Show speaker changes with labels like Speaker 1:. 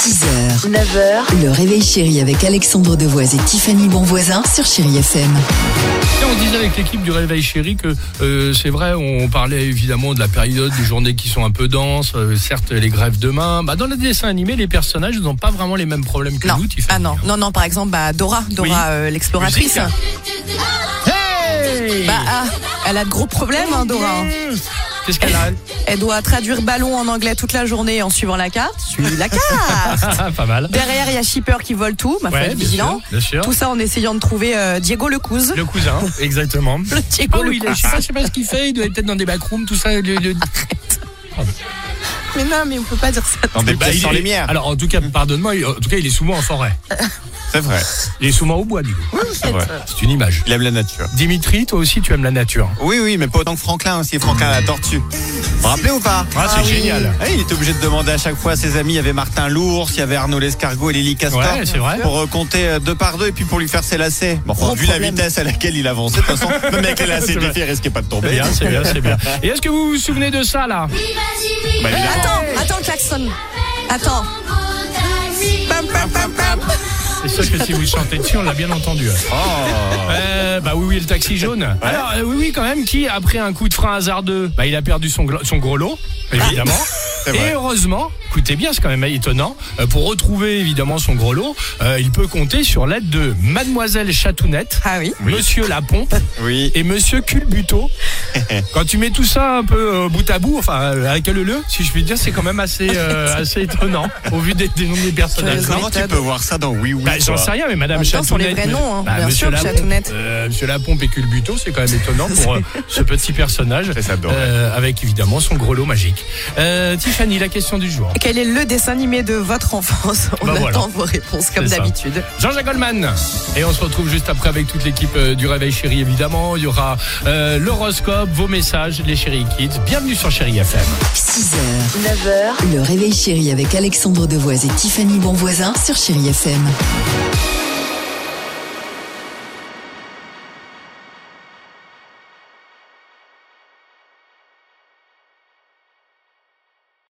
Speaker 1: 6h, 9h, le réveil chéri avec Alexandre Devoise et Tiffany Bonvoisin sur Chéri FM.
Speaker 2: Tiens, on disait avec l'équipe du Réveil Chéri que euh, c'est vrai, on parlait évidemment de la période, des journées qui sont un peu denses, euh, certes les grèves demain. Bah, dans les dessins animés, les personnages n'ont pas vraiment les mêmes problèmes que
Speaker 3: Non.
Speaker 2: nous, Tiffany.
Speaker 3: Ah non, non, non, par exemple, bah, Dora, Dora
Speaker 2: Oui.
Speaker 3: euh, l'exploratrice.
Speaker 2: Musique. hein.
Speaker 3: Bah, ah, elle a de gros problèmes, hein, Dora. hein.
Speaker 2: Qu'est-ce qu'elle a
Speaker 3: Elle doit traduire ballon en anglais toute la journée en suivant la carte. Suis la carte
Speaker 2: Ah, Pas mal.
Speaker 3: Derrière, il y a Shipper qui vole tout, ma
Speaker 2: Ouais,
Speaker 3: foi,
Speaker 2: bien
Speaker 3: vigilant.
Speaker 2: sûr, bien sûr.
Speaker 3: Tout ça en essayant de trouver euh, Diego le couze.
Speaker 2: Le cousin, exactement.
Speaker 3: Le Diego
Speaker 2: Ah
Speaker 3: le
Speaker 2: oui, il est-
Speaker 3: couze.
Speaker 2: je sais pas, je sais pas ce qu'il fait, il doit être peut-être dans des backrooms, tout ça. le- le-
Speaker 3: Mais non, mais on peut pas dire ça.
Speaker 4: Dans des
Speaker 2: Bah,
Speaker 4: pièces
Speaker 2: il
Speaker 4: sans
Speaker 2: est-
Speaker 4: lumière.
Speaker 2: Alors en tout cas, pardonne-moi, il- en tout cas, il est souvent en forêt.
Speaker 4: C'est vrai.
Speaker 2: Il est souvent au bois, du coup.
Speaker 4: C'est vrai.
Speaker 2: C'est une image.
Speaker 4: Il aime la nature.
Speaker 2: Dimitri, toi aussi, tu aimes la nature.
Speaker 4: Oui, oui, mais pas autant que Franklin aussi. Franklin la tortue. Vous vous rappelez ou pas
Speaker 2: Ah, c'est génial.
Speaker 4: Eh, il était obligé de demander à chaque fois à ses amis. Il y avait Martin Lours, il y avait Arnaud Lescargot et Lily Castor.
Speaker 2: Ouais, c'est vrai.
Speaker 4: Pour euh, compter euh, deux par deux et puis pour lui faire ses lacets. Bon, enfin,
Speaker 3: Gros
Speaker 4: vu la
Speaker 3: problème.
Speaker 4: vitesse à laquelle il avançait, de toute façon, même avec les lacets,
Speaker 2: C'est
Speaker 4: les
Speaker 2: vrai.
Speaker 4: filles risquaient pas de
Speaker 2: C'est
Speaker 4: tomber.
Speaker 2: bien, c'est bien, c'est bien. Et est-ce que vous vous souvenez de ça, là
Speaker 4: Bah, évidemment.
Speaker 3: Attends, attends, klaxon. Attends. Pam, pam, pam, pam.
Speaker 2: C'est sûr que si vous chantez dessus, on l'a bien entendu.
Speaker 4: Oh.
Speaker 2: Euh, bah oui, oui, le taxi jaune. Alors, euh, oui, oui, quand même, qui, après un coup de frein hasardeux, bah, il a perdu son, glo- son gros lot, évidemment.
Speaker 4: C'est
Speaker 2: Et
Speaker 4: vrai.
Speaker 2: heureusement, écoutez bien, c'est quand même étonnant, euh, pour retrouver évidemment son gros lot, euh, il peut compter sur l'aide de Mademoiselle Chatounette,
Speaker 3: Ah oui.
Speaker 2: Monsieur La Pompe
Speaker 4: Oui.
Speaker 2: et Monsieur Culbuto. quand tu mets tout ça un peu euh, bout à bout, enfin, euh, avec le le, si je puis dire, c'est quand même assez, euh, assez étonnant au vu des, des noms des personnages.
Speaker 3: Curieusement.
Speaker 4: Comment tu peux voir ça dans Oui Oui
Speaker 2: Bah, J'en
Speaker 4: toi
Speaker 2: sais rien, mais Madame
Speaker 3: En même temps, ce sont les
Speaker 2: Chatounette.
Speaker 3: vrais noms, hein.
Speaker 2: bah,
Speaker 3: Bien
Speaker 2: Monsieur
Speaker 3: sûr que
Speaker 2: Lapompe,
Speaker 3: Chatounette.
Speaker 2: euh, Monsieur Lapompe et Culbuto, c'est quand même étonnant pour euh, ce petit personnage.
Speaker 4: Ça, j'adore.
Speaker 2: euh, avec évidemment son gros lot magique. Euh, Tiffany, la question du jour.
Speaker 3: Quel est le dessin animé de votre enfance On
Speaker 2: Bah
Speaker 3: attend
Speaker 2: voilà.
Speaker 3: vos réponses comme
Speaker 2: C'est ça.
Speaker 3: d'habitude.
Speaker 2: Jean-Jacques Goldman. Et on se retrouve juste après avec toute l'équipe euh, du Réveil Chéri, évidemment. Il y aura euh, l'horoscope, vos messages, les Chéri Kids. Bienvenue sur Chéri FM.
Speaker 1: 6h, 9h, le réveil chéri avec Alexandre Devoise et Tiffany Bonvoisin sur Chéri FM.